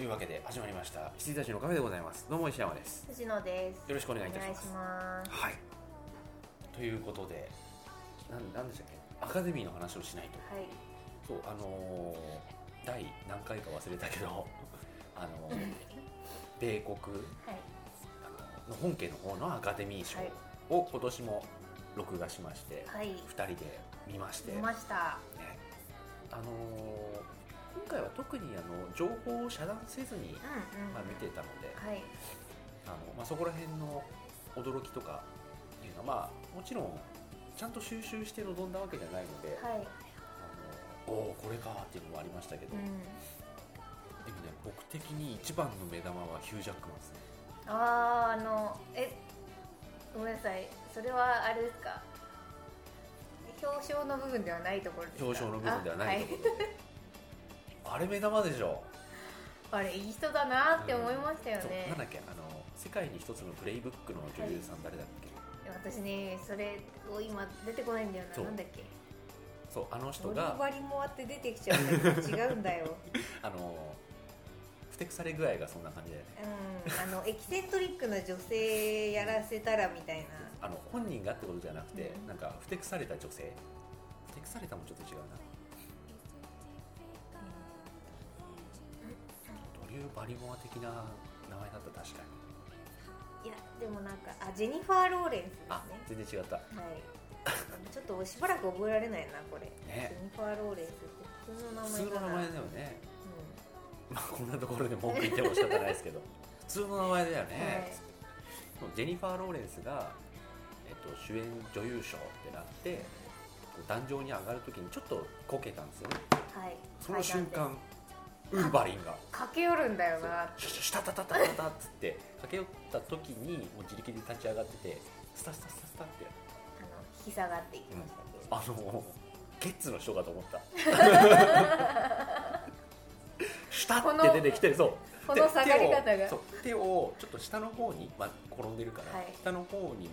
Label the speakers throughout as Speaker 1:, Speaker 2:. Speaker 1: いうわけで始まりました羊たちのカフェでございますどうも石山です
Speaker 2: 藤野です。
Speaker 1: よろしくお
Speaker 2: お
Speaker 1: 願いいたします
Speaker 2: 願いします
Speaker 1: はいということでなんなんでしたっけアカデミーの話をしないと
Speaker 2: はい。
Speaker 1: そうあのー第何回か忘れたけど あのー米国
Speaker 2: はい。
Speaker 1: あのの本家の方のアカデミー賞
Speaker 2: はい
Speaker 1: を今年も録画しまして、
Speaker 2: はい。
Speaker 1: 2人で見まして
Speaker 2: 出ました。
Speaker 1: ねあのー今回は特にあの情報を遮断せずに、
Speaker 2: うんうん。
Speaker 1: まあ、見てたので
Speaker 2: はい。
Speaker 1: あの、まあ、そこら辺の驚きとかっていうのは、まあ、もちろんちゃんと収集して臨んだわけじゃないので、
Speaker 2: はい。
Speaker 1: あのおおこれかっていうのもありましたけど、
Speaker 2: う
Speaker 1: でも
Speaker 2: ん。
Speaker 1: ね僕的に一番の目玉はヒュージャックマンですね
Speaker 2: あーあのえごめんなさい。それはあれですか。表彰の部分ではないところですか。
Speaker 1: 表彰の部分ではない
Speaker 2: あ
Speaker 1: ところで あれ目玉でしょ
Speaker 2: はい。あれいい人だなって思いましたよ
Speaker 1: そう
Speaker 2: ね
Speaker 1: なん。だっけあの世界に一つのプレイブックの女優さん誰だっけ、
Speaker 2: 私ねそれを今出てこないんだよな。
Speaker 1: そう
Speaker 2: なんだっけ。
Speaker 1: そうあの人
Speaker 2: ボリ
Speaker 1: が
Speaker 2: バリモアって出てきちゃうんだけど違うんだよ。
Speaker 1: あのふてくされ具合がそんな感じだよね
Speaker 2: うん。あのエキセントリックな女性やらせたらみたいな。
Speaker 1: あの本人がってことじゃなくて、
Speaker 2: うん
Speaker 1: なんかふてくされた女性ふてくされたもちょっと違うなドリュー・バリモア的な名前だった確かに
Speaker 2: いやでもなんかあジェニファー・ローレンスですね
Speaker 1: あ全然違った
Speaker 2: はい ちょっとしばらく覚えられないなこれ、ジ
Speaker 1: ね
Speaker 2: ェニファー・ローレンスって普通の名
Speaker 1: 普
Speaker 2: 前
Speaker 1: 通
Speaker 2: か
Speaker 1: の
Speaker 2: な
Speaker 1: 名前だよねまあこんなところで文句言っても仕方ない ですけど普通の名前だよ
Speaker 2: うんはい
Speaker 1: ね、ジェニファー・ローレンスが、えっと、主演女優賞ってなってこう壇上に上がるときにちょっとこけたんですよね
Speaker 2: はい
Speaker 1: その瞬
Speaker 2: はい
Speaker 1: 間ウーバリンが
Speaker 2: 駆け寄るんだよな
Speaker 1: シュシュシュタタタタタタっつって駆け寄った時にもう自力で立ち上がっててスタスタスタスタって
Speaker 2: あの引き下がっていきましたけど、
Speaker 1: あのゲッツの人かと思った下って出てきてそう
Speaker 2: こ
Speaker 1: で
Speaker 2: の下がり方
Speaker 1: 手
Speaker 2: が
Speaker 1: をそう手をちょっと下の方に、まあ、転んでるから、
Speaker 2: はい
Speaker 1: 下の方に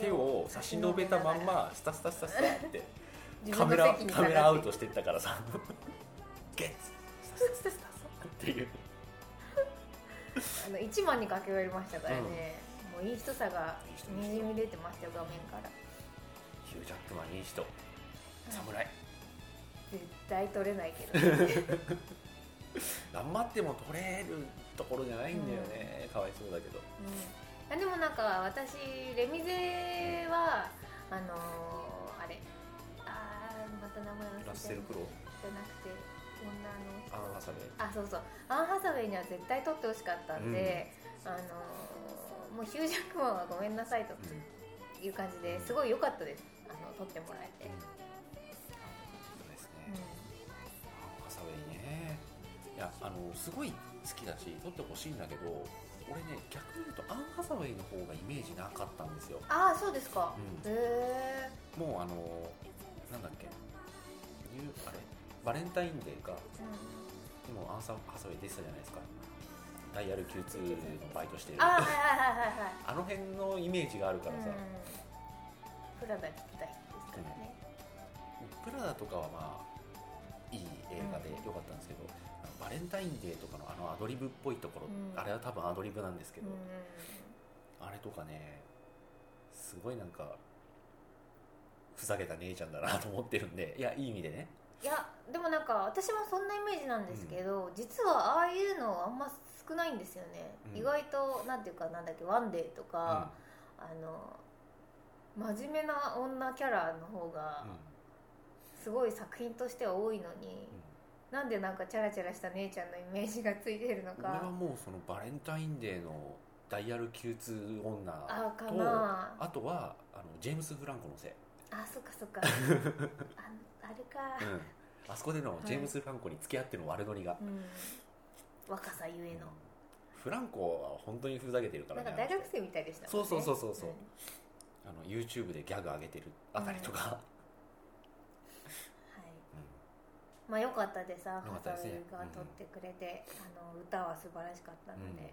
Speaker 1: 手を差し伸べたまんまスタスタスタスタって
Speaker 2: 自
Speaker 1: カメ
Speaker 2: 分の
Speaker 1: ラ
Speaker 2: 席に
Speaker 1: カメラアウ
Speaker 2: 下が
Speaker 1: トしてったからさゲッツスタスタスタスタっていう
Speaker 2: ってあの一番に駆け寄りましたからね、もういい人さがにじみ出てましたよ画面から
Speaker 1: ヒュージャックマンいい人侍
Speaker 2: 絶対取れな いけど
Speaker 1: 頑張っても取れるところじゃないんだよね、かわいそうだけど
Speaker 2: うん、あでもなんか私レミゼはあのー、あれあーまた名前忘れ
Speaker 1: ラッ
Speaker 2: ち
Speaker 1: セ
Speaker 2: ゃ
Speaker 1: ル・
Speaker 2: う
Speaker 1: クロウ
Speaker 2: じゃなくて女
Speaker 1: アン・
Speaker 2: の
Speaker 1: ハサウェイ
Speaker 2: あそうそうアン・ハサウェイには絶対取ってほしかったんで、あのーもうヒュージャックマンはごめんなさいという感じですごい良かったですあの取ってもらえて、
Speaker 1: そうです
Speaker 2: うん
Speaker 1: ね、アン・ハサウェイねいやあのすごい好きだし取ってほしいんだけど俺ね逆に言うとアン・ハサウェイの方がイメージなかったんですよ
Speaker 2: ああそうですか、
Speaker 1: う
Speaker 2: へえ
Speaker 1: もうあのなんだっけニューあれバレンタインデーかでもアンサー・ハサウェイ出てたじゃないですかダイヤル Q2 のバイトしてる あ
Speaker 2: ああはいはいはいはいはい
Speaker 1: の辺のイメージがあるからさ、
Speaker 2: うん、プラダ着てたいですからね、
Speaker 1: プラダとかはまあいい映画で良かったんですけど、あのバレンタインデーとかのあのアドリブっぽいところ、
Speaker 2: うん
Speaker 1: あれは多分アドリブなんですけ
Speaker 2: う
Speaker 1: ど、
Speaker 2: ん、
Speaker 1: あれとかねすごいなんかふざけた姉ちゃんだなと思ってるんでいやいい意味でね
Speaker 2: いやでもなんか私もそんなイメージなんですけど、実はああいうのあんま少ないんですよね、
Speaker 1: うん
Speaker 2: 意外となんていうかなんだっけワンデーとか、あの真面目な女キャラの方
Speaker 1: うんう
Speaker 2: が
Speaker 1: ん
Speaker 2: すごい作品としては多いのに、なんでなんかチャラチャラした姉ちゃんのイメージがついてるの
Speaker 1: 俺は
Speaker 2: か
Speaker 1: もうそのバレンタインデーのダイヤル Q2 女
Speaker 2: あか
Speaker 1: と
Speaker 2: な
Speaker 1: あとはあのジェームス・フランコのせい、
Speaker 2: あそっか そっかああれか、
Speaker 1: うんあそこでのジェームス・フランコに付き合ってる悪ノリが、
Speaker 2: うん、若さゆえの、
Speaker 1: フランコは本当にふざけてるから
Speaker 2: なんか
Speaker 1: ね
Speaker 2: 大学生みたいでしたもんね
Speaker 1: そうそうそうそうそうんあの YouTube でギャグ上げてるあたりとか、
Speaker 2: はい
Speaker 1: うん
Speaker 2: まあ良かったですアン
Speaker 1: 良か
Speaker 2: ハ
Speaker 1: った
Speaker 2: サウ
Speaker 1: ですね
Speaker 2: ェイが撮ってくれて、あの歌は素晴らしかったので、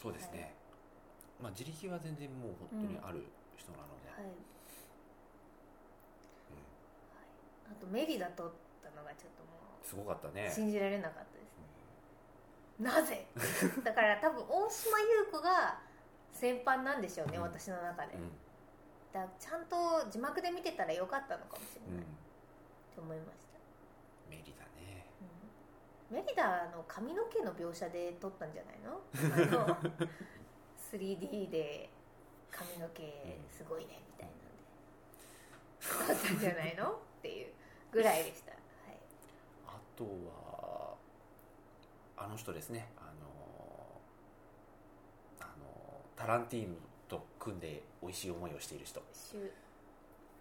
Speaker 1: そうですね、まあ自力は全然もう本当にある人なので、
Speaker 2: はい、はいあとメリダ撮ったのがちょっとも
Speaker 1: すごかった
Speaker 2: う
Speaker 1: ね、うん
Speaker 2: 信じられなかったですね、な ぜだから多分大島優子が先般なんでしょうね、
Speaker 1: うん
Speaker 2: 私の中で、
Speaker 1: うん
Speaker 2: だちゃんと字幕で見てたらよかったのかもし
Speaker 1: うん
Speaker 2: れない、と思いました、
Speaker 1: メリだね
Speaker 2: うんメリダの髪の毛の描写で撮ったんじゃないのあの 3D で髪の毛すごいねみたいなんで撮ったんじゃないのっていうぐらいでした、はい、
Speaker 1: あとはあの人ですねあのあのタランティーノと組んで美味しい思いをしている人
Speaker 2: シュ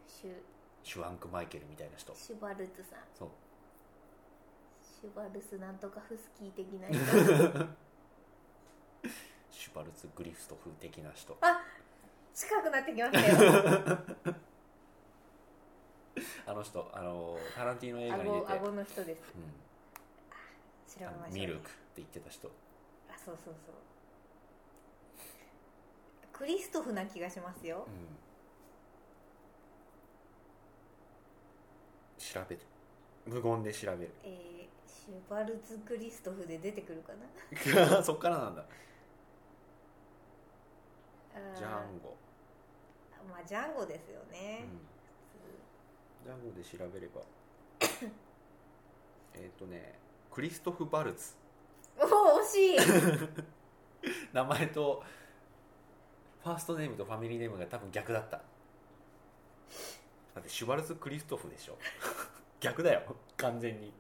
Speaker 2: シュ
Speaker 1: シュワンク・マイケルみたいな人
Speaker 2: シュバルツさん
Speaker 1: そう
Speaker 2: シュバルツなんとかフスキー的 な人
Speaker 1: シュバルツ・グリフト風的な人
Speaker 2: 近くなってきましたよ
Speaker 1: あの人あのタランティーノ映画に出
Speaker 2: 顎
Speaker 1: て
Speaker 2: 顎の人で
Speaker 1: 「
Speaker 2: す調べま
Speaker 1: う
Speaker 2: し
Speaker 1: ん、
Speaker 2: た、
Speaker 1: ミルク」って言ってた人
Speaker 2: あそうそうそうクリストフな気がしますよ
Speaker 1: うん調べて無言で調べる
Speaker 2: えー、シュバルツ・クリストフで出てくるかな
Speaker 1: そっからなんだ
Speaker 2: あー
Speaker 1: ジャンゴ、
Speaker 2: まあジャンゴですよ
Speaker 1: う
Speaker 2: ね、
Speaker 1: んジャンゴで調べれ ばえっとねクリストフ・バルツ
Speaker 2: おお惜しい
Speaker 1: 名前とファーストネームとファミリーネームが多分逆だっただってシュバルツ・クリストフでしょ 逆だよ完全に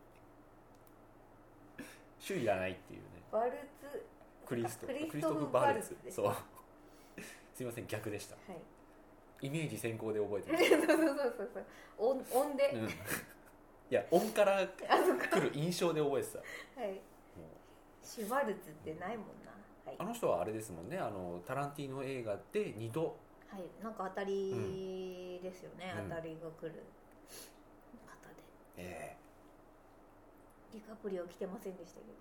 Speaker 1: 種いらないっていうね
Speaker 2: バルツ
Speaker 1: クリスト
Speaker 2: クリストフ
Speaker 1: バルツ
Speaker 2: バルツ
Speaker 1: そうすいません逆でした
Speaker 2: はい
Speaker 1: イメージ先行で覚えて
Speaker 2: そう
Speaker 1: ま す
Speaker 2: そうそうそう音音で、
Speaker 1: うんいや音から
Speaker 2: あそっか
Speaker 1: 来る印象で覚えてたも
Speaker 2: はいシュバルツってないもんなはいう
Speaker 1: あの人はあれですもんねあのタランティーノ映画で2度
Speaker 2: はいなんか当たりですよね、
Speaker 1: うん
Speaker 2: 当たりが来る方で
Speaker 1: ええ
Speaker 2: ディカプリオ来てませんでしたけど
Speaker 1: う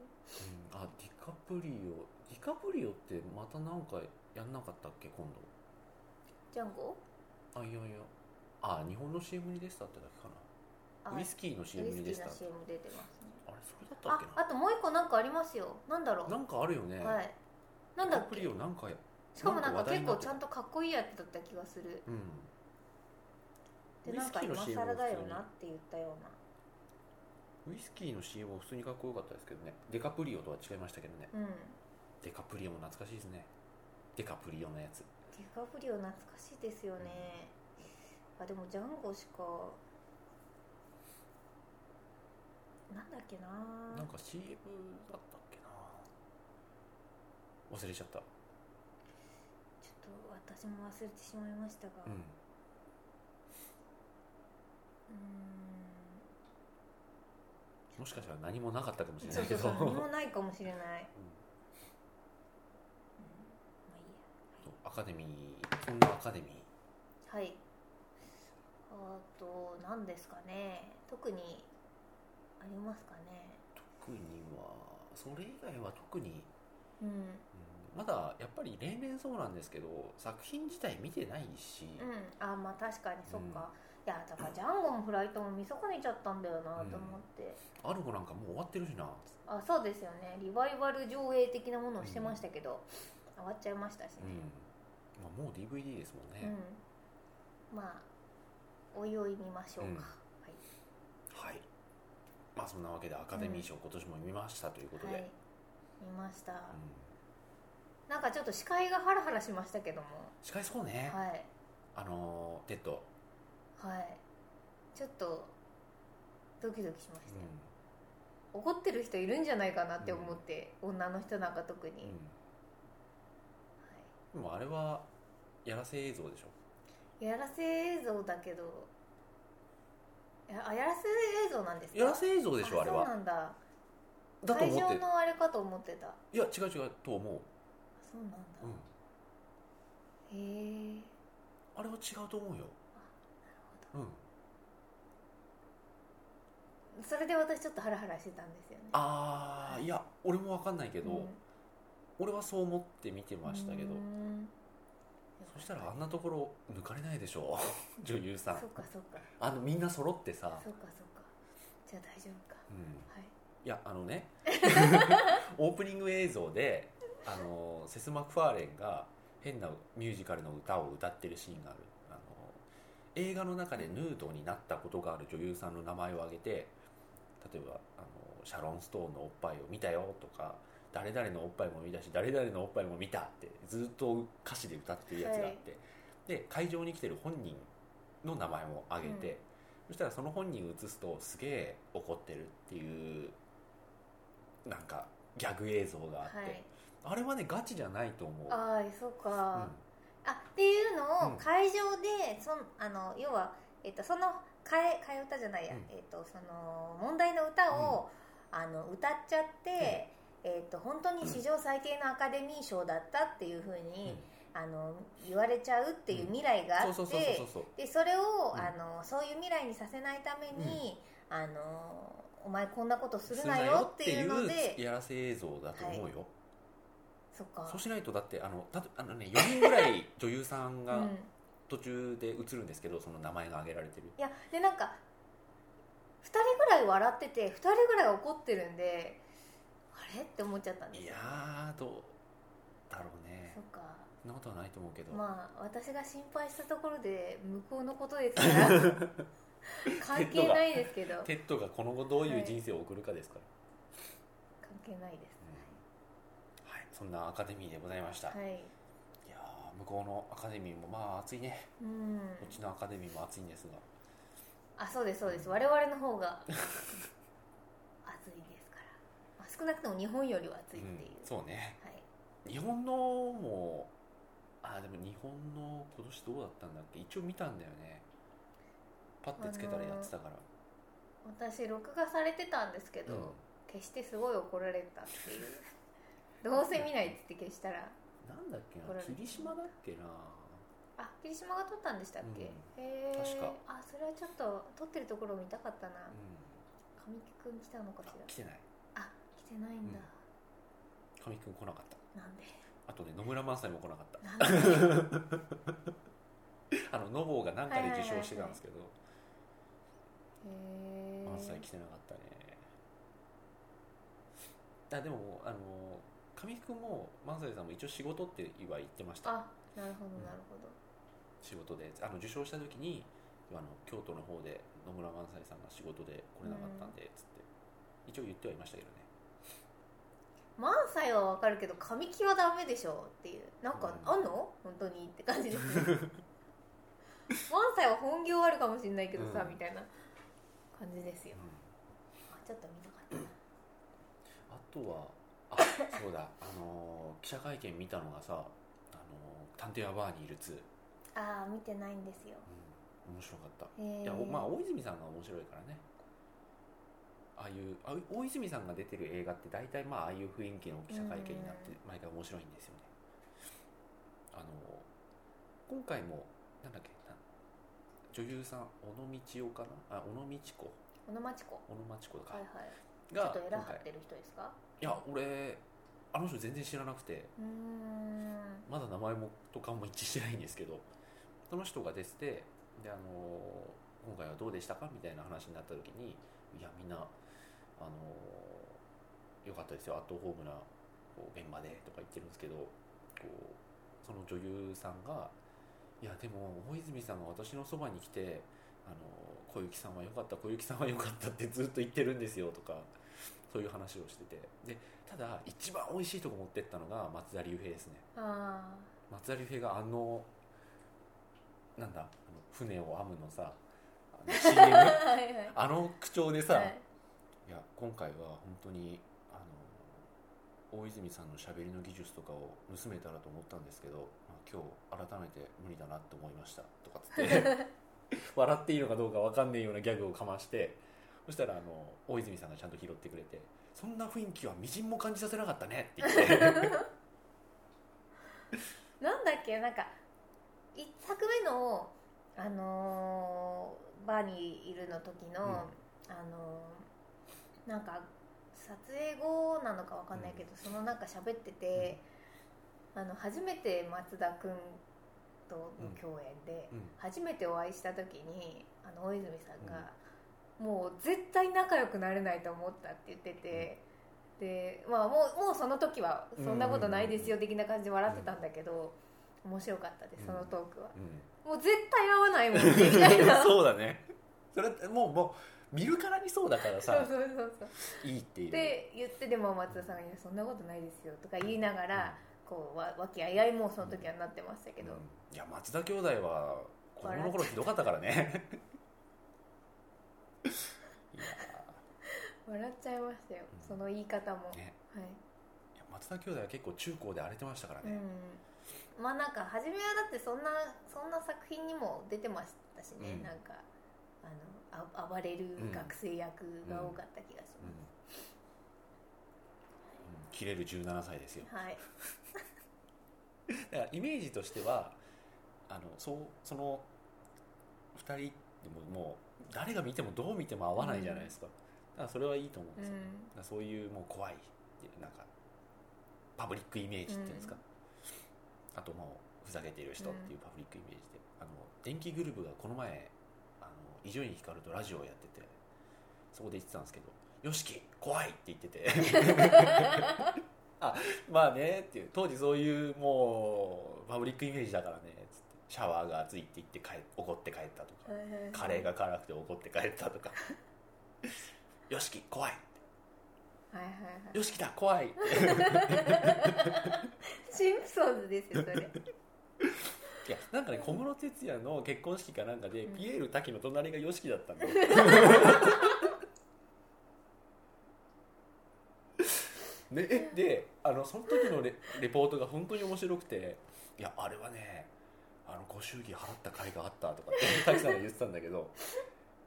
Speaker 1: んあディカプリオディカプリオってまたなんかやんなかったっけ今度
Speaker 2: ジャンゴ
Speaker 1: あいやいやあ日本の CM に出てたってだけか
Speaker 2: あ
Speaker 1: なウイスキーの CM
Speaker 2: ウイス
Speaker 1: に
Speaker 2: キ
Speaker 1: 出
Speaker 2: ー
Speaker 1: て
Speaker 2: の
Speaker 1: た
Speaker 2: CM 出てますね
Speaker 1: あれそれだったっ
Speaker 2: あ
Speaker 1: けな
Speaker 2: あともう一個なんかありますよなんだろう
Speaker 1: なんかあるよね、
Speaker 2: はいなんだ
Speaker 1: デ
Speaker 2: っ
Speaker 1: ィカプ
Speaker 2: け
Speaker 1: リオなんかや
Speaker 2: しかもなん
Speaker 1: なん
Speaker 2: か
Speaker 1: か話題
Speaker 2: 結
Speaker 1: にな
Speaker 2: 構
Speaker 1: って
Speaker 2: ち
Speaker 1: た
Speaker 2: ゃんとかっこいいやつだった気がする
Speaker 1: うん
Speaker 2: でなんか今更だよなって言ったような
Speaker 1: ウイスキーの CM も普通にかっこよかったですけどねデカプリオとは違いましたけどね
Speaker 2: うんデ
Speaker 1: デカプリオも懐かしいですねデカプリオのやつ
Speaker 2: ィカプリオ懐かしいですよねあでもジャンゴしかなんだっけな
Speaker 1: なんか CM だったっけな忘れちゃった
Speaker 2: ちょっと私も忘れてしまいましたが
Speaker 1: う
Speaker 2: うんー
Speaker 1: もしかしたら何もなかったかもし
Speaker 2: ん
Speaker 1: れ
Speaker 2: そ
Speaker 1: な
Speaker 2: う
Speaker 1: い
Speaker 2: そ
Speaker 1: け
Speaker 2: う
Speaker 1: ど
Speaker 2: そう何も
Speaker 1: うん
Speaker 2: ないかもしれない、うん、まあいいや
Speaker 1: そうアカデミーそんなアカデミー
Speaker 2: はい。あと何ですかね。特にありますかね。
Speaker 1: 特にはそれ以外は特に、うん
Speaker 2: うん。
Speaker 1: まだやっぱり例年そうなんですけど作品自体見てないし、
Speaker 2: うん。あまあ確かにそっか。いやだからジャンゴもフライトも見損ねちゃったんだよなと思って。
Speaker 1: アルゴなんかもう終わってるしな
Speaker 2: あそうですよね。リバイバル上映的なものをしてましたけど、終わっちゃいましたし
Speaker 1: う
Speaker 2: ね。
Speaker 1: ん、まあ、もう DVD ですもん
Speaker 2: うん
Speaker 1: ね、。
Speaker 2: まあおいおい見ましょうか。
Speaker 1: うん
Speaker 2: はい。
Speaker 1: はいまあそんなわけでアカデミー賞今年も見ましたということで、
Speaker 2: はい。見ました。
Speaker 1: うん
Speaker 2: なんかちょっと視界がハラハラしましたけども。
Speaker 1: 司会そうね、
Speaker 2: はい。
Speaker 1: あのーテッド、
Speaker 2: はいちょっとドキドキしましたよ、
Speaker 1: う
Speaker 2: 怒ってる人いるんじゃないかなって思って、女の人なんか特に、
Speaker 1: ん
Speaker 2: は
Speaker 1: でもあれはやらせ映像でしょ
Speaker 2: い、やらせ映像だけどやあやらせ映像なんですか
Speaker 1: やらせ映像でしょあれ
Speaker 2: そうな
Speaker 1: は
Speaker 2: んだ
Speaker 1: だと
Speaker 2: 会
Speaker 1: 思っ
Speaker 2: 場
Speaker 1: て
Speaker 2: のあれかと思ってたあ
Speaker 1: いや違う違うと思う、
Speaker 2: そうなんだ、
Speaker 1: うん、
Speaker 2: へえ
Speaker 1: あれは違うと思うようん、
Speaker 2: それで私ちょっとハラハラしてたんですよね
Speaker 1: ああいや俺も分かんないけど、
Speaker 2: うん
Speaker 1: 俺はそう思って見てましたけど、
Speaker 2: うん
Speaker 1: そしたらあんなところ抜かれないでしょ 女優さん
Speaker 2: そっかそっか
Speaker 1: あのみんな揃ってさ
Speaker 2: そっかそっかじゃあ大丈夫か
Speaker 1: うん
Speaker 2: はい
Speaker 1: いやあのね オープニング映像であのセス・マクファーレンが変なミュージカルの歌を歌ってるシーンがあるあの映画の中でヌードになったことがある女優さんの名前を挙げて例えばあのシャロン・ストーンのおっぱいを見たよとか誰々のおっぱいも見たし誰々のおっぱいも見たってずっと歌詞で歌ってるやつがあって、で会場に来てる本人の名前も挙げて、
Speaker 2: うん
Speaker 1: そしたらその本人を映すとすげえ怒ってるっていうなんかギャグ映像があって、
Speaker 2: はい
Speaker 1: あれはねガチじゃないと思う。
Speaker 2: ああそう
Speaker 1: う
Speaker 2: か
Speaker 1: ん、
Speaker 2: あっていう
Speaker 1: う
Speaker 2: の
Speaker 1: ん
Speaker 2: を会場で、そんあの要は、えっと、その替え替え歌じゃないや、
Speaker 1: うん
Speaker 2: えっと、その問題の歌を、あの歌っちゃって、えっと、本当に史上最低のアカデミー賞だったっていうふうに、あの言われちゃうっていう未来があ
Speaker 1: うん
Speaker 2: って、
Speaker 1: そうそうそうそうそう
Speaker 2: でそれを、
Speaker 1: うん
Speaker 2: あのそういう未来にさせないために、あのお前こんなことするなよっていうの
Speaker 1: するなよっ
Speaker 2: で
Speaker 1: ていうやらせ映像だと思うよ、
Speaker 2: そっか
Speaker 1: そうしないとだってあのだってあの、ね、4人ぐらい女優さん
Speaker 2: う
Speaker 1: が
Speaker 2: ん、
Speaker 1: 途中で映るんですけど、その名前が挙げられてる
Speaker 2: いやでなんか2人ぐらい笑ってて2人ぐらい怒ってるんであれって思っちゃったんです
Speaker 1: い
Speaker 2: よ
Speaker 1: やーどうだろうね
Speaker 2: そっか
Speaker 1: そんなことはないと思うけど、
Speaker 2: まあ私が心配したところで向こうのことですから 関係ないですけど関
Speaker 1: テッドがこの後どういう人生を送るかですから、
Speaker 2: 係ないです
Speaker 1: うんはい、そんなアカデミーでございました、い、
Speaker 2: はい
Speaker 1: やー向こうのアカデミーもまあ熱いね
Speaker 2: うん
Speaker 1: こっちのアカデミーも熱いんですが
Speaker 2: あそうですそうです我々の方 が熱いですから、まあ、少なくとも日本よりは熱いっていう、
Speaker 1: うんそうね
Speaker 2: はい
Speaker 1: 日本のもあでも日本の今年どうだったんだっけ一応見たんだよねパッてつけたらやってたから、
Speaker 2: 私録画されてたんですけど、
Speaker 1: うん
Speaker 2: 消してすごい怒られたっていう どうせ見ないっつって消したら
Speaker 1: なんだっけ
Speaker 2: こ
Speaker 1: な
Speaker 2: れ
Speaker 1: 霧島だっけな
Speaker 2: あ霧島が撮ったんでしたっ
Speaker 1: う
Speaker 2: け、へえ
Speaker 1: 確か
Speaker 2: あそれはちょっと撮ってるところ見たかったな
Speaker 1: う
Speaker 2: 神木くん来たのか
Speaker 1: ん
Speaker 2: し
Speaker 1: あ
Speaker 2: ら
Speaker 1: 来てない
Speaker 2: あ来てないんだ、
Speaker 1: 神木君来なかった
Speaker 2: なんで
Speaker 1: あとね野村萬斎も来なかった
Speaker 2: なんで
Speaker 1: あのノボーが何かで受賞してたんですけど
Speaker 2: へ
Speaker 1: 萬斎
Speaker 2: え
Speaker 1: 来てなかったねあでもあの神木君も萬斎さんも一応仕事っては言ってました
Speaker 2: あなるほどなるほど、
Speaker 1: 仕事であの受賞した時にあの京都の方で野村萬斎さんが仕事で来れなかったんでつって、一応言ってはいましたけどね
Speaker 2: 満載はわかるけど神木はダメでしょっていうなんか
Speaker 1: うん
Speaker 2: あんの、本当にって感じですね 満載は本業あるかもしれないけどさ、
Speaker 1: うん
Speaker 2: みたいな感じですよ、あちょっと見なかったな
Speaker 1: あとは あそうだあの記者会見見たのがさ「あの探偵はバーにいる2」
Speaker 2: ああ見てないんですよ
Speaker 1: うん、面白かった
Speaker 2: へ
Speaker 1: い
Speaker 2: え
Speaker 1: やおまあ大泉さんが面白いからねああいうあ大泉さんが出てる映画って大体まあああいう雰囲気の記者会見になって毎回面白いんですよねあの今回もなんだっけな女優さん小野道夫かなあ小野道子
Speaker 2: 小野町子
Speaker 1: 小野町子か、
Speaker 2: はいはいちょ
Speaker 1: が
Speaker 2: っと偉
Speaker 1: 今
Speaker 2: は
Speaker 1: 回
Speaker 2: ってる人ですか
Speaker 1: いや俺あの人全然知らなくて
Speaker 2: うーん
Speaker 1: まだ名前もとかも一致してないんですけどその人が出ててであの今回はどうでしたかみたいな話になった時にいやみんなあの良かったですよアットホームなこう現場でとか言ってるんですけどこうその女優さんが「いやでも大泉さんが私のそばに来てあの小雪さんは良かった小雪さんは良かった」ってずっと言ってるんですよとかそういう話をしててでただ一番美味しいとこ持ってったのが松田龍平ですね。
Speaker 2: あ
Speaker 1: 松田龍平があのなんだあの船を編むのさあの CM
Speaker 2: あはいはい
Speaker 1: あの口調でさ、、
Speaker 2: はいい
Speaker 1: や今回は本当にあの大泉さんのしゃべりの技術とかを盗めたらと思ったんですけど、まあ、今日改めて無理だなって思いましたとかつって 笑っていいのかどうかわかんないようなギャグをかましてそしたらあの大泉さんがちゃんと拾ってくれて「そんな雰囲気はみじんも感じさせなかったね」って言って。
Speaker 2: なんだっけなんか一作目のあのーバーにいるの時
Speaker 1: う
Speaker 2: の、
Speaker 1: ん
Speaker 2: あのーなんか撮影後なのかわかんないけど、そのなんか喋ってて、あの初めて松田君との共演で、
Speaker 1: うんうん
Speaker 2: 初めてお会いした時にあの大泉さんが、もう絶対仲良くなれないと思ったって言ってて、でまあ、もうもうその時はそんなことないですよ的な感じで笑ってたんだけど、面白かったですそのトークは、もう絶対合わないもんねみたいな
Speaker 1: そうだねそれってもうもう見るからにそうだから
Speaker 2: そう
Speaker 1: さ
Speaker 2: そうそうそう
Speaker 1: いいっていう
Speaker 2: で言ってでも松田さんが「いやそんなことないですよ」とか言いながら、こうわ和気あいあいもうその時はなってましたけど、
Speaker 1: うんいや松田兄弟は子供の頃ひどかった からねいや
Speaker 2: 笑っちゃいましたよ
Speaker 1: うん
Speaker 2: その言い方も、
Speaker 1: ーね
Speaker 2: はい
Speaker 1: いや松田兄弟は結構中高で荒れてましたから
Speaker 2: う
Speaker 1: ね、
Speaker 2: んまあなんか初めはだってそんなそんな作品にも出てましたしね、
Speaker 1: うん
Speaker 2: なんかあのあ暴れる学生役が多かった気がし
Speaker 1: うん
Speaker 2: ま
Speaker 1: うん切れる17歳ですよ
Speaker 2: す、はい
Speaker 1: だからイメージとしてはあのそうその2人でももう誰が見てもどう見ても合わないじゃないですか、だからそれはいいと思うん
Speaker 2: う
Speaker 1: ですよ、だ
Speaker 2: ん
Speaker 1: からそういうもう怖いっていうなんかパブリックイメージっていうんですか、あともうふざけてる人っていうパブリックイメージで、あの電気グループがこの前あの伊集院光とラジオをやっててそこで言ってたんですけど「よしき怖い!」って言っててあまあねっていう当時そういうもうパブリックイメージだからねつってシャワーが熱いって言って帰怒って帰ったとか、
Speaker 2: はいはいはい
Speaker 1: カレーが辛くて怒って帰ったとか「よしき怖い!」
Speaker 2: はい
Speaker 1: 「
Speaker 2: はいはい
Speaker 1: よしきだ怖い!」って
Speaker 2: シンプソンズで すよそれ
Speaker 1: いやなんかね小室哲哉の結婚式かなんかで、
Speaker 2: うん
Speaker 1: ピエール滝の隣が YOSHIKI だ ったんだよねえであのその時のレレポートが本当に面白くていやあれはねあのご祝儀払った甲斐があったとかって 滝さんが言ってたんだけど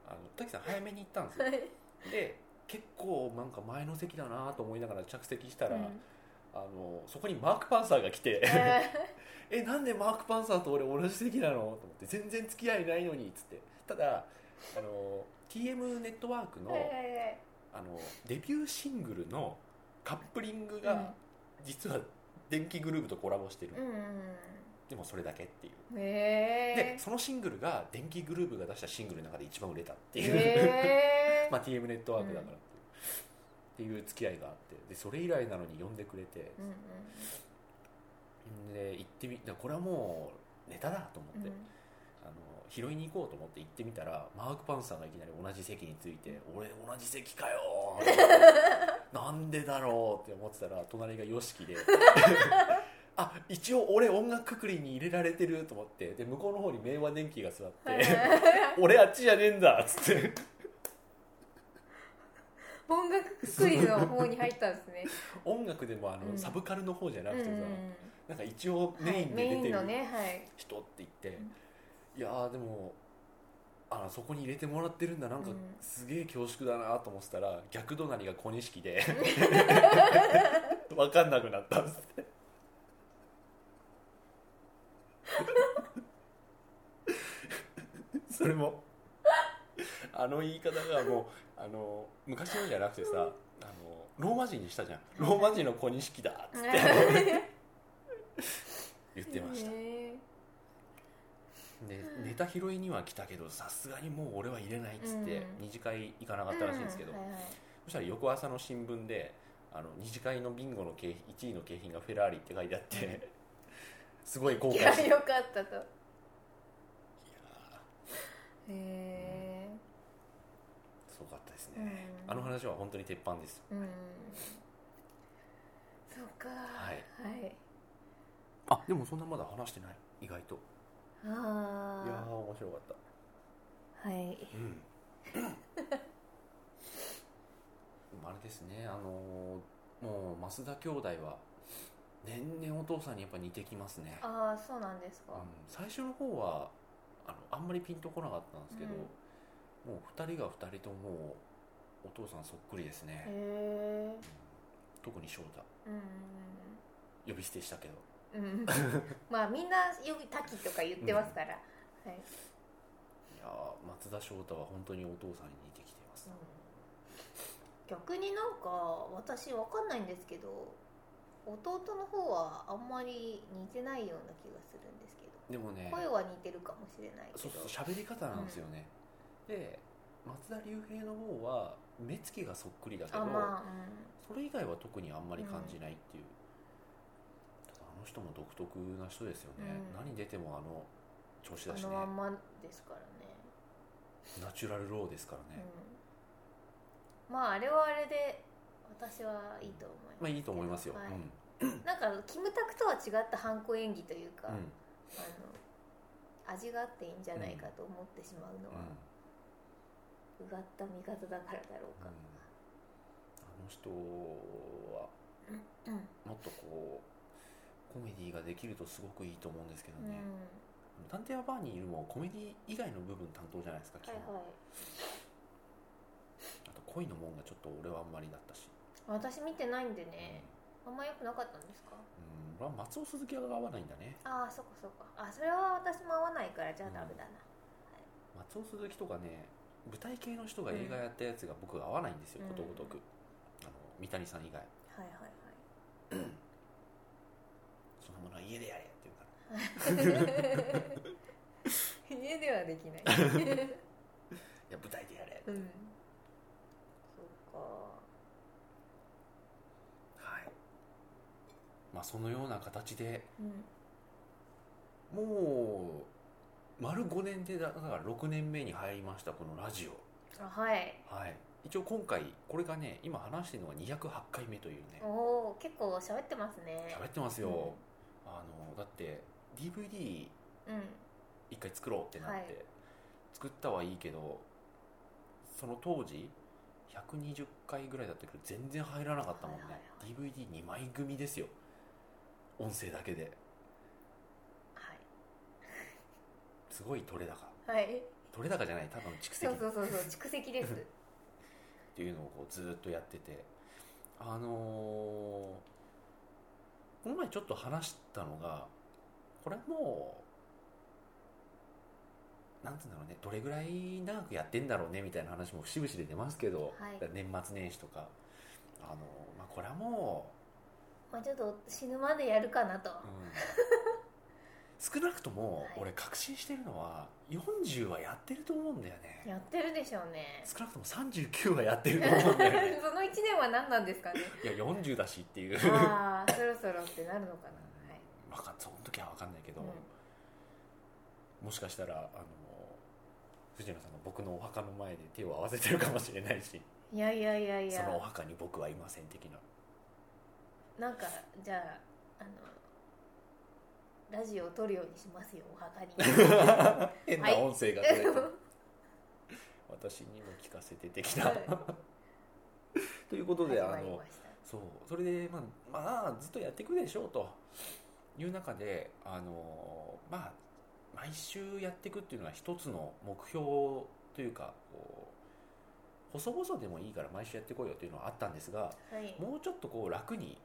Speaker 1: あの滝さん早めに行ったんですよ
Speaker 2: はい
Speaker 1: で結構なんか前の席だなと思いながら着席したら、
Speaker 2: うん
Speaker 1: あのそこにマーク・パンサーが来て
Speaker 2: え
Speaker 1: えなんでマーク・パンサーと俺同じ席なのと思って全然付き合いないのにっつってただあの TM ネットワーク
Speaker 2: ー
Speaker 1: の
Speaker 2: はいはいはい
Speaker 1: あのデビューシングルのカップリング
Speaker 2: う
Speaker 1: が実は電気グループとコラボしてる、
Speaker 2: んうん
Speaker 1: でもそれだけっていう
Speaker 2: うん
Speaker 1: で
Speaker 2: へえ
Speaker 1: そのシングルが電気グループが出したシングルの中で一番売れたっていう、
Speaker 2: へえ
Speaker 1: まあ、TM ネットワークだからっていう,、っていう付き合いがあってでそれ以来なのに呼んでくれて
Speaker 2: うんうん
Speaker 1: で行ってみだからこれはもうネタだと思って。
Speaker 2: うん
Speaker 1: あの拾いに行こうと思って行ってみたらマーク・パンサーがいきなり同じ席について「俺同じ席かよ ー」なんでだろうって思ってたら隣が YOSHIKI であ一応俺音楽くくりに入れられてると思ってで向こうの方に明和電機が座って、
Speaker 2: はいはいはい
Speaker 1: 俺あっちじゃねえんだっつって
Speaker 2: 音楽作りの方に入ったんです ね
Speaker 1: 音楽でもあの、
Speaker 2: うん
Speaker 1: サブカルの方じゃな
Speaker 2: う
Speaker 1: く
Speaker 2: ん
Speaker 1: て
Speaker 2: う
Speaker 1: さ、
Speaker 2: ん
Speaker 1: なんか一応
Speaker 2: うん
Speaker 1: メインで出
Speaker 2: はいメイ
Speaker 1: て
Speaker 2: ン
Speaker 1: る
Speaker 2: の ねはい
Speaker 1: 人って言って、
Speaker 2: うん
Speaker 1: いやーでもあそこに入れてもらってるんだなんか
Speaker 2: うん
Speaker 1: すげえ恐縮だなと思ってたら逆隣が小錦で 分かんなくなったんです ってそれもあの言い方がもうあの昔のじゃなくてさあのローマ人にしたじゃんローマ人の小錦だっつって言ってました
Speaker 2: へ
Speaker 1: でネタ拾いには来たけどさすがにもう俺は入れないっつって、
Speaker 2: うん
Speaker 1: 二次会行かな
Speaker 2: ー
Speaker 1: かったらしいんですけど、
Speaker 2: うはいはい
Speaker 1: そしたら翌朝の新聞であの二次会のビンゴの景1位の景品がフェラーリって書いてあって、 すごい後悔
Speaker 2: い
Speaker 1: して
Speaker 2: や
Speaker 1: い
Speaker 2: よかったとへ
Speaker 1: や
Speaker 2: え
Speaker 1: ーすごかったです
Speaker 2: うん
Speaker 1: ね、あの話は本当に鉄板です
Speaker 2: うんそうかはい
Speaker 1: あでもそんなまだ話してない意外といやー
Speaker 2: あ
Speaker 1: 面白かった
Speaker 2: あはい
Speaker 1: うんでもあれですねあのーもう増田兄弟は年々お父さんにやっぱ似てきますね、うん、
Speaker 2: ああそうなんですか
Speaker 1: 最初の方はあのあんまりピンとこなかったんですけど、もう2人が2人ともお父さんそっくりです
Speaker 2: へ
Speaker 1: ね、
Speaker 2: え
Speaker 1: 特に翔太
Speaker 2: う
Speaker 1: 呼び捨てしたけど
Speaker 2: んうん うんまあみんなよく「滝」とか言ってますからはい
Speaker 1: いやー松田翔太は本当にお父さんに似てきてます、
Speaker 2: 逆になんか私わかんないんですけど弟の方はあんまり似てないような気がするんですけ
Speaker 1: で
Speaker 2: ど
Speaker 1: もね
Speaker 2: 声は似てるかもしれないけ
Speaker 1: そうそう
Speaker 2: ど
Speaker 1: 喋り方なんですよね、で松田龍平の方は目つきがそっくりだけど、
Speaker 2: あまあ、
Speaker 1: それ以外は特にあんまり感じないっていう、ただあの人も独特な人ですよね、
Speaker 2: うん
Speaker 1: 何出てもあの調子だ
Speaker 2: うん、あ
Speaker 1: しね
Speaker 2: のまんまですからね
Speaker 1: ナチュラルローですからね、
Speaker 2: うん、まああれはあれで私はいいと思います、
Speaker 1: まあいいと思いますよ、
Speaker 2: はい
Speaker 1: うん
Speaker 2: なんかキムタクとは違ったハンコ演技というか、
Speaker 1: うんうん
Speaker 2: あの味があっていいんじゃないかと思ってしまうのは、うがった見方だからだろ
Speaker 1: う
Speaker 2: う
Speaker 1: んあ
Speaker 2: か、
Speaker 1: の人は
Speaker 2: うん
Speaker 1: もっとこうコメディができるとすごくいいと思うんですけどね、探偵はバーニーいるもコメディ以外の部分担当じゃないですか基
Speaker 2: はい
Speaker 1: 本、
Speaker 2: はい
Speaker 1: あと恋のもんがちょっと俺はあんまりだったし、
Speaker 2: 私見てないんでねあんま良くなかったんですか
Speaker 1: うん、俺は松尾鈴木が合わないんだね
Speaker 2: ああそっかそっかあそれは私も合わないからじゃあダメだな、
Speaker 1: 松尾鈴木とかね舞台系の人が映画やったやつが僕が合わないんですよ、
Speaker 2: うん
Speaker 1: ことごとくあの三谷さん以外
Speaker 2: はいはいはい
Speaker 1: そのものは家でやれっていうから
Speaker 2: 家ではできな
Speaker 1: い
Speaker 2: い
Speaker 1: や舞台でやれ、
Speaker 2: うんそうか
Speaker 1: はいまあそのような形で
Speaker 2: うん
Speaker 1: もう丸5年でだだから6年目に入りましたこのラジオ
Speaker 2: あはい
Speaker 1: はい一応今回これがね今話してるのが208回目というね
Speaker 2: おお結構喋ってますね
Speaker 1: 喋ってますよ、あのだって DVD
Speaker 2: うん
Speaker 1: 一回作ろうってなって、
Speaker 2: はい
Speaker 1: 作ったはいいけどその当時120回ぐらいだったけど全然入らなかったもんね、
Speaker 2: はいは
Speaker 1: DVD2 枚組ですよ音声だけで
Speaker 2: は
Speaker 1: すごい取れ高
Speaker 2: いはい
Speaker 1: 取れ高じゃない多分蓄積
Speaker 2: そう
Speaker 1: っ
Speaker 2: そう そうそう蓄積です
Speaker 1: ていうのをこうずーっとやっててあのーこの前ちょっと話したのがこれもうなんて言うんだろうねどれぐらい長くやってんだろうねみたいな話も節々で出ますけど、
Speaker 2: はい
Speaker 1: 年末年始とかあのー、まあ、これはも
Speaker 2: まあちょっと死ぬまでやるかなと
Speaker 1: う、うん少なくとも俺確信してるのは40はやってると思うんだよね
Speaker 2: やってるでしょうね
Speaker 1: 少なくとも39はやってると思うんだよね
Speaker 2: その1年は何なんですかね
Speaker 1: いや40だしっていう
Speaker 2: ああそろそろってなるのかなはい
Speaker 1: わかんその時は分かんないけど、
Speaker 2: う
Speaker 1: もしかしたらあの藤野さんが僕のお墓の前で手を合わせてるかもしれないし
Speaker 2: んいやいやいやい
Speaker 1: そのお
Speaker 2: や
Speaker 1: 墓に僕はいません的な
Speaker 2: なんかじゃああのラジオを撮るようにしますよお 墓に
Speaker 1: 変
Speaker 2: は
Speaker 1: ない音声が取れて、私にも聞かせて的な、ということであ
Speaker 2: 始まり
Speaker 1: の
Speaker 2: ました
Speaker 1: そうそれでまあ、まあ、ずっとやっていくでしょうという中であのまあ毎週やっていくっていうのは一つの目標というかこう細々でもいいから毎週やってこいよというのはあったんですが
Speaker 2: はい
Speaker 1: もうちょっとこう楽に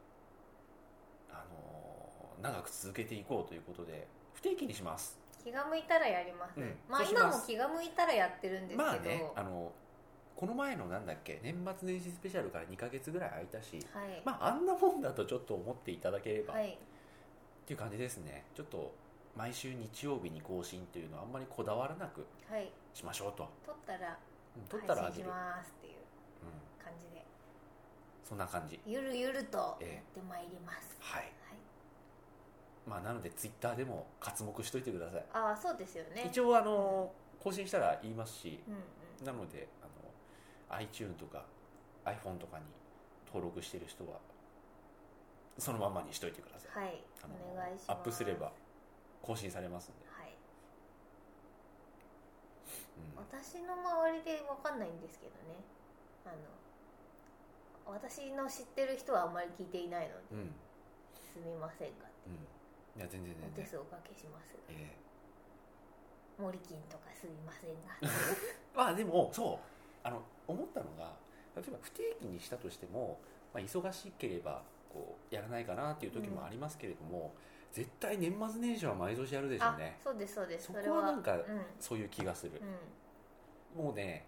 Speaker 1: あの長く続けていこうということで不定期にします
Speaker 2: 気が向いたらやります、
Speaker 1: うん
Speaker 2: まあ
Speaker 1: そうし
Speaker 2: 今
Speaker 1: ます
Speaker 2: も気が向いたらやってるんですけど、
Speaker 1: まあねあのこの前のなんだっけ年末年始スペシャルから2ヶ月ぐらい空いたし
Speaker 2: はい、
Speaker 1: まああんなもんだとちょっと思っていただければ、
Speaker 2: はい
Speaker 1: っていう感じですねちょっと毎週日曜日に更新というのはあんまりこだわらなく
Speaker 2: はい
Speaker 1: しましょうと
Speaker 2: 取ったら
Speaker 1: うん撮ったらあ
Speaker 2: 配
Speaker 1: げ
Speaker 2: 信し
Speaker 1: る、うん、
Speaker 2: ますっていう感じで
Speaker 1: そんな感じ
Speaker 2: ゆるゆるとやっ
Speaker 1: え
Speaker 2: てまいります、
Speaker 1: はいまあなのでツイッターでも活目しといてください
Speaker 2: はい、ああそうですよね
Speaker 1: 一応あの更新したら言いますし
Speaker 2: うんうん
Speaker 1: なのであの iTune とか iPhone とかに登録してる人はそのままにしといてください
Speaker 2: はい
Speaker 1: あの
Speaker 2: お願いします
Speaker 1: アップすれば更新されますんで、
Speaker 2: はい
Speaker 1: うん
Speaker 2: 私の周りでわかんないんですけどねあの私の知ってる人はあんまり聞いていないので
Speaker 1: うんうん
Speaker 2: すみませんがって
Speaker 1: いや全然
Speaker 2: お
Speaker 1: 全
Speaker 2: 手
Speaker 1: 然、
Speaker 2: 数おかけします
Speaker 1: ええ
Speaker 2: モリキンとかすみませんが
Speaker 1: まあでもそうあの思ったのが例えば不定期にしたとしても、まあ、忙しければこうやらないかなっていう時もありますけれども、絶対年末年始は毎年やるでしょうね
Speaker 2: あそうですそうです
Speaker 1: そ
Speaker 2: そ
Speaker 1: こは
Speaker 2: れは
Speaker 1: なんか
Speaker 2: うん
Speaker 1: そういう気がする
Speaker 2: う、ん
Speaker 1: もうね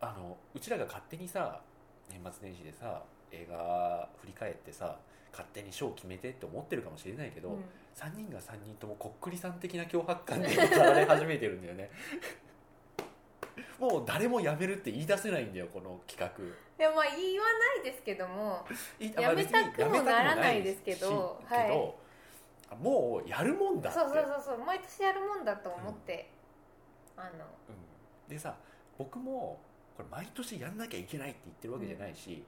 Speaker 1: あのうちらが勝手にさ年末年始でさ映画振り返ってさ勝手に賞決めてって思ってるかもしれないけど、
Speaker 2: うん
Speaker 1: 3人が3人ともこっくりさん的な脅迫感で語られ始めてるんだよねもう誰も辞めるって言い出せないんだよこの企画
Speaker 2: いやまあ言わないですけども
Speaker 1: い
Speaker 2: やめたくも
Speaker 1: やめた
Speaker 2: ならないですけど
Speaker 1: しけどもうやるもんだ
Speaker 2: そう
Speaker 1: って
Speaker 2: そうそうそう毎年やるもんだと思って、あの
Speaker 1: うんでさ僕もこれ毎年やんなきゃいけないって言ってるわけじゃないし、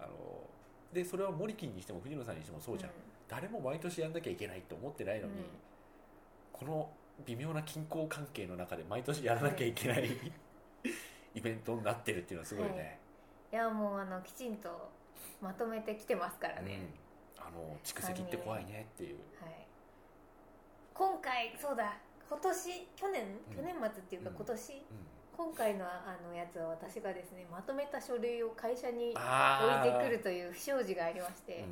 Speaker 1: あのでそれはモリキンにしても藤野さんにしてもそうじゃん、誰も毎年やんなきゃいけないって思ってないのに、
Speaker 2: うん
Speaker 1: この微妙な均衡関係の中で毎年やらなきゃいけないイベントになってるっていうのはすごいね、
Speaker 2: いやもうあのきちんとまとめてきてますから
Speaker 1: うん
Speaker 2: ね、
Speaker 1: あの蓄積って怖いねっていう、
Speaker 2: はい、今回そうだ今年去年
Speaker 1: うん
Speaker 2: 去年末っていうか
Speaker 1: うん
Speaker 2: 今年、
Speaker 1: うん
Speaker 2: 今回のあのやつは私がですねまとめた書類を会社に
Speaker 1: あ
Speaker 2: 置い
Speaker 1: ー
Speaker 2: てくるという不祥事がありまして、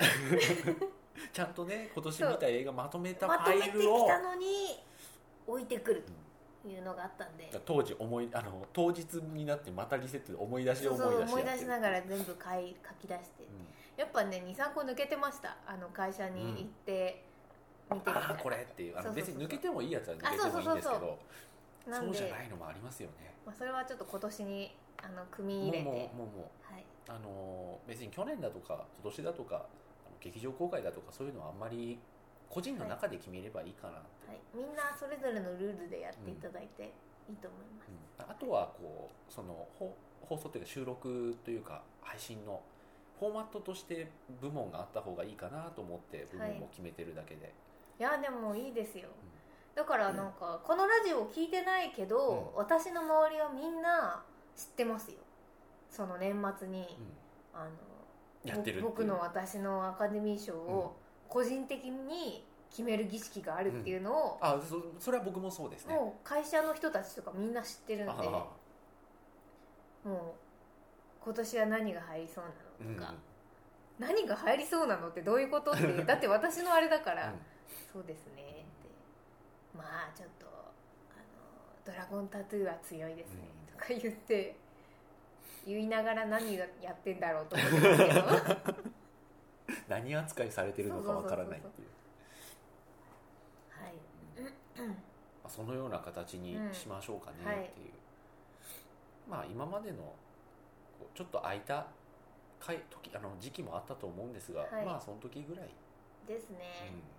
Speaker 1: うん ちゃんとね今年見た映画まとめたフ
Speaker 2: まと
Speaker 1: ァ
Speaker 2: めて
Speaker 1: イ
Speaker 2: き
Speaker 1: ルを、
Speaker 2: たのに置いてくる
Speaker 1: うん
Speaker 2: というのがあったんで
Speaker 1: 当時思いあの当日になってまたリセットで思い出し
Speaker 2: そう
Speaker 1: 思い
Speaker 2: そう
Speaker 1: 出し
Speaker 2: 思い出しなが
Speaker 1: ら、
Speaker 2: ら全部買い書き出して
Speaker 1: うん
Speaker 2: やっぱね23個抜けてましたあの会社に行って見てみた
Speaker 1: ああこれっていうあの
Speaker 2: そうそう
Speaker 1: 別
Speaker 2: そう
Speaker 1: に抜けてもいいやつは抜けてもいいんですけ
Speaker 2: あそうそうそう
Speaker 1: ど
Speaker 2: な
Speaker 1: そ
Speaker 2: ん
Speaker 1: うじゃ
Speaker 2: で
Speaker 1: ないのもありますよね
Speaker 2: まあ、それはちょっと今年にあの組
Speaker 1: も
Speaker 2: み入
Speaker 1: う
Speaker 2: れ
Speaker 1: も
Speaker 2: て
Speaker 1: うもうも
Speaker 2: はい、
Speaker 1: うあのー別に去年だとか今年だとかあの劇場公開だとかそういうのはあんまり個人の中で決めればいいかなって、
Speaker 2: はい、みんなそれぞれのルールでやっていただいていいと思います、
Speaker 1: うんあとはこうその放放送というか収録というか配信のフォーマットとして部門があった方がいいかなと思って部門を決めてるだけで、
Speaker 2: いやでもいいですよだからなんか、このラジオ聞いてないけど、私の周りはみんな知ってますよその年末に、
Speaker 1: うん
Speaker 2: あの
Speaker 1: やってるっていう
Speaker 2: 僕の私のアカデミー賞を個人的に決める儀式があるっていうのを、
Speaker 1: あそそれは僕もそうですね
Speaker 2: もう会社の人たちとかみんな知ってるんで
Speaker 1: ああ
Speaker 2: もう今年は何が入りそう
Speaker 1: う
Speaker 2: なんの
Speaker 1: う
Speaker 2: と
Speaker 1: ん
Speaker 2: か、何が入りそうなのってどういうことって だって私のあれだから、そうですねってまあちょっとあの「ドラゴンタトゥーは強いですね」
Speaker 1: う
Speaker 2: とか言って言いながら何やってんだろうと思ってますけ ど
Speaker 1: 何扱いされてるのかわからないっていう
Speaker 2: はい
Speaker 1: まあそのような形にしましょうかね
Speaker 2: うんはい
Speaker 1: っていう、まあ今までのこうちょっと空いた回時あの時期もあったと思うんですが、
Speaker 2: はい
Speaker 1: まあその時ぐらい、
Speaker 2: ですね、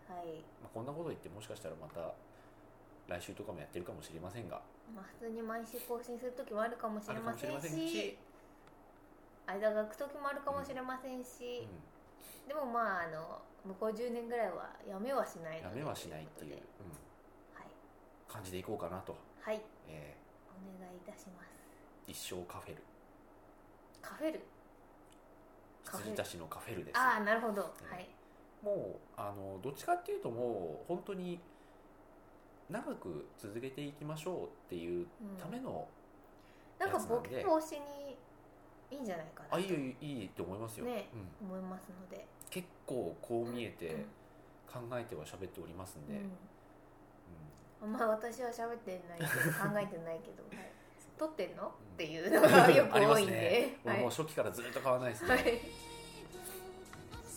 Speaker 2: はい
Speaker 1: まあ、こんなこと言ってもしかしたらまた来週とかもやってるかもしれませんが
Speaker 2: まあ普通に毎週更新する時もあるかもし
Speaker 1: あ
Speaker 2: れ
Speaker 1: るか
Speaker 2: ま
Speaker 1: もし
Speaker 2: せ
Speaker 1: れま
Speaker 2: ん
Speaker 1: せ
Speaker 2: し
Speaker 1: んし、
Speaker 2: 間が空く時もあるかもしれません
Speaker 1: うん
Speaker 2: し、でもまああの向こう10年ぐらいはやめはしない
Speaker 1: や
Speaker 2: ので
Speaker 1: めはしないっていう、うん
Speaker 2: とこ、
Speaker 1: 感じでいこうかなと、
Speaker 2: とではい、はい、
Speaker 1: え
Speaker 2: お願いいたします
Speaker 1: ー一生カフェル
Speaker 2: カフェルカフェ
Speaker 1: 羊たちのカフェルです
Speaker 2: ああなるほど、はい
Speaker 1: もうあのどっちかっていうともう本当に長く続けていきましょうっていう
Speaker 2: うん
Speaker 1: ための、
Speaker 2: なんかボ
Speaker 1: や
Speaker 2: ケ
Speaker 1: つ
Speaker 2: 防止にいいんじゃないかな
Speaker 1: あ
Speaker 2: と
Speaker 1: いいよいいいいと思いますよ、
Speaker 2: ね
Speaker 1: うん
Speaker 2: 思いますので、
Speaker 1: 結構こう見えて
Speaker 2: う
Speaker 1: 考えては喋っておりますんで、
Speaker 2: ん
Speaker 1: うん
Speaker 2: うん、まあ私は喋ってないけど考えてないけど、はい、撮ってんの、
Speaker 1: ん
Speaker 2: っていうのがよく
Speaker 1: ありま
Speaker 2: 多
Speaker 1: す
Speaker 2: いんで
Speaker 1: ね、、俺もう初期からずっと買わないですね、
Speaker 2: はい、はい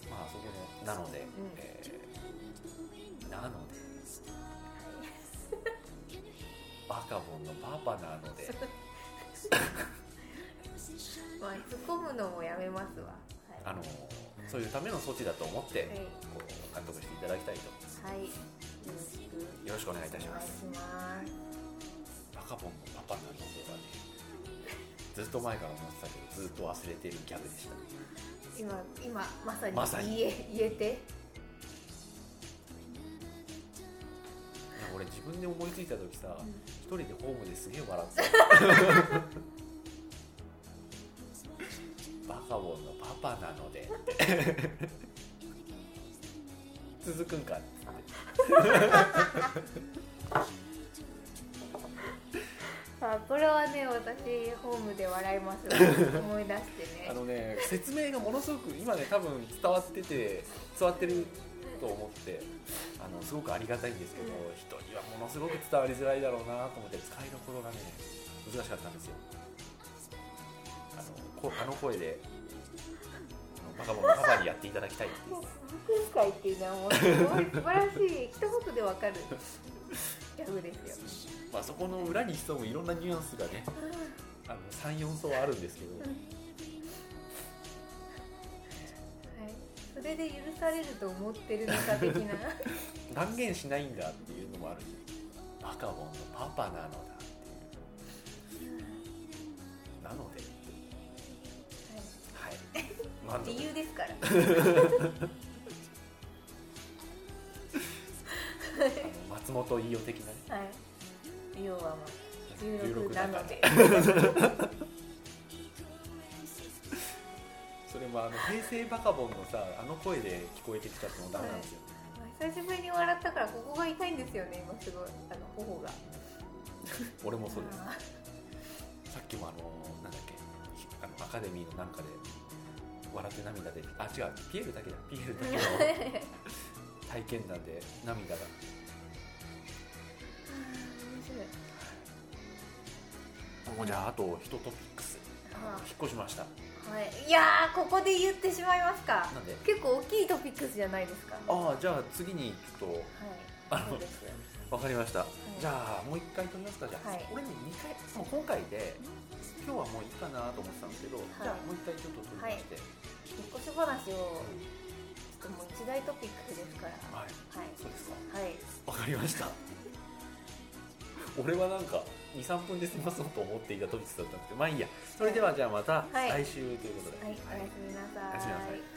Speaker 1: まあそこのなので、えーなのでバカボンのパパなので
Speaker 2: まあ突っ込むのもやめますわ
Speaker 1: あ
Speaker 2: は
Speaker 1: のそういうための措置だと思って、
Speaker 2: い、はい
Speaker 1: こう監督していただきたいと
Speaker 2: はい、よろしく
Speaker 1: よろしくお願いいたし
Speaker 2: お
Speaker 1: ま
Speaker 2: 願い
Speaker 1: す
Speaker 2: します
Speaker 1: バカボンのパパなのではねずっと前から思ってたけどずっと忘れてるギャグでした
Speaker 2: 今今まさに
Speaker 1: まさに
Speaker 2: 言え言えて
Speaker 1: 俺自分で思いついた時さ
Speaker 2: うん
Speaker 1: 一人でホームですげえ笑ってたバカボンのパパなの で続くんかって
Speaker 2: あこれはね私ホームで笑います わ思い出してね
Speaker 1: あのね説明がものすごく今ね多分伝わってて伝わってると思ってあのすごくありがたいんですけど人にはものすごく伝わりづらいだろうなと思って使いどころがね難しかったんですよあのこあの声であのバカボンのパパにやっていただきたいっていう
Speaker 2: 福音会っていうのはもうすごい素晴らしい一言でわかるギャグですよ、
Speaker 1: まあ、そこの裏に潜むいろんなニュアンスがねあの34層あるんですけど、
Speaker 2: うんはい、それで許されると思ってるのか的 な
Speaker 1: 断言しないんだっていうのもあるしバカボンのパパなのだっていうなのではい満
Speaker 2: はい、理
Speaker 1: 足
Speaker 2: 由ですから
Speaker 1: あの松本伊代的なね
Speaker 2: はい要はもう16なので
Speaker 1: それもあの平成バカボンのさあの声で聞こえてきたってのもダメなんですよ、
Speaker 2: 久しぶりに笑ったからここが痛いんですよね今すごいあの頬が
Speaker 1: 俺もそうです
Speaker 2: あ
Speaker 1: さっきもあのなんだっけあのアカデミーのなんかで笑って涙であ違うピエールだけだピエールだけの
Speaker 2: ー面
Speaker 1: 体験談で涙が
Speaker 2: 白い
Speaker 1: もうじゃああと1トピックス
Speaker 2: あ
Speaker 1: 引っ越しました
Speaker 2: ーはい、いやーここで言ってしまいますか
Speaker 1: なんで
Speaker 2: 結構大きいトピックスじゃないですかは
Speaker 1: ああじゃあ次にちょっ
Speaker 2: いそうです
Speaker 1: と分かりました、
Speaker 2: い
Speaker 1: じゃあもう一回撮りますかじゃあ、
Speaker 2: はい
Speaker 1: 俺ね2回もう今回で今日はもういいかなと思ってたんですけど、じゃあもう一回ちょっと撮りまして、
Speaker 2: 引っ越し話をちょっともう一大トピックスですからは
Speaker 1: はい、
Speaker 2: い
Speaker 1: そうですか
Speaker 2: はい
Speaker 1: わかりました 俺はなんか23分で済まそうと思っていたトピックスだったんですけどまあいいやそれではじゃあまた
Speaker 2: はい
Speaker 1: 来週ということで、
Speaker 2: はい、おやすみなさ
Speaker 1: おやすみなさい
Speaker 2: い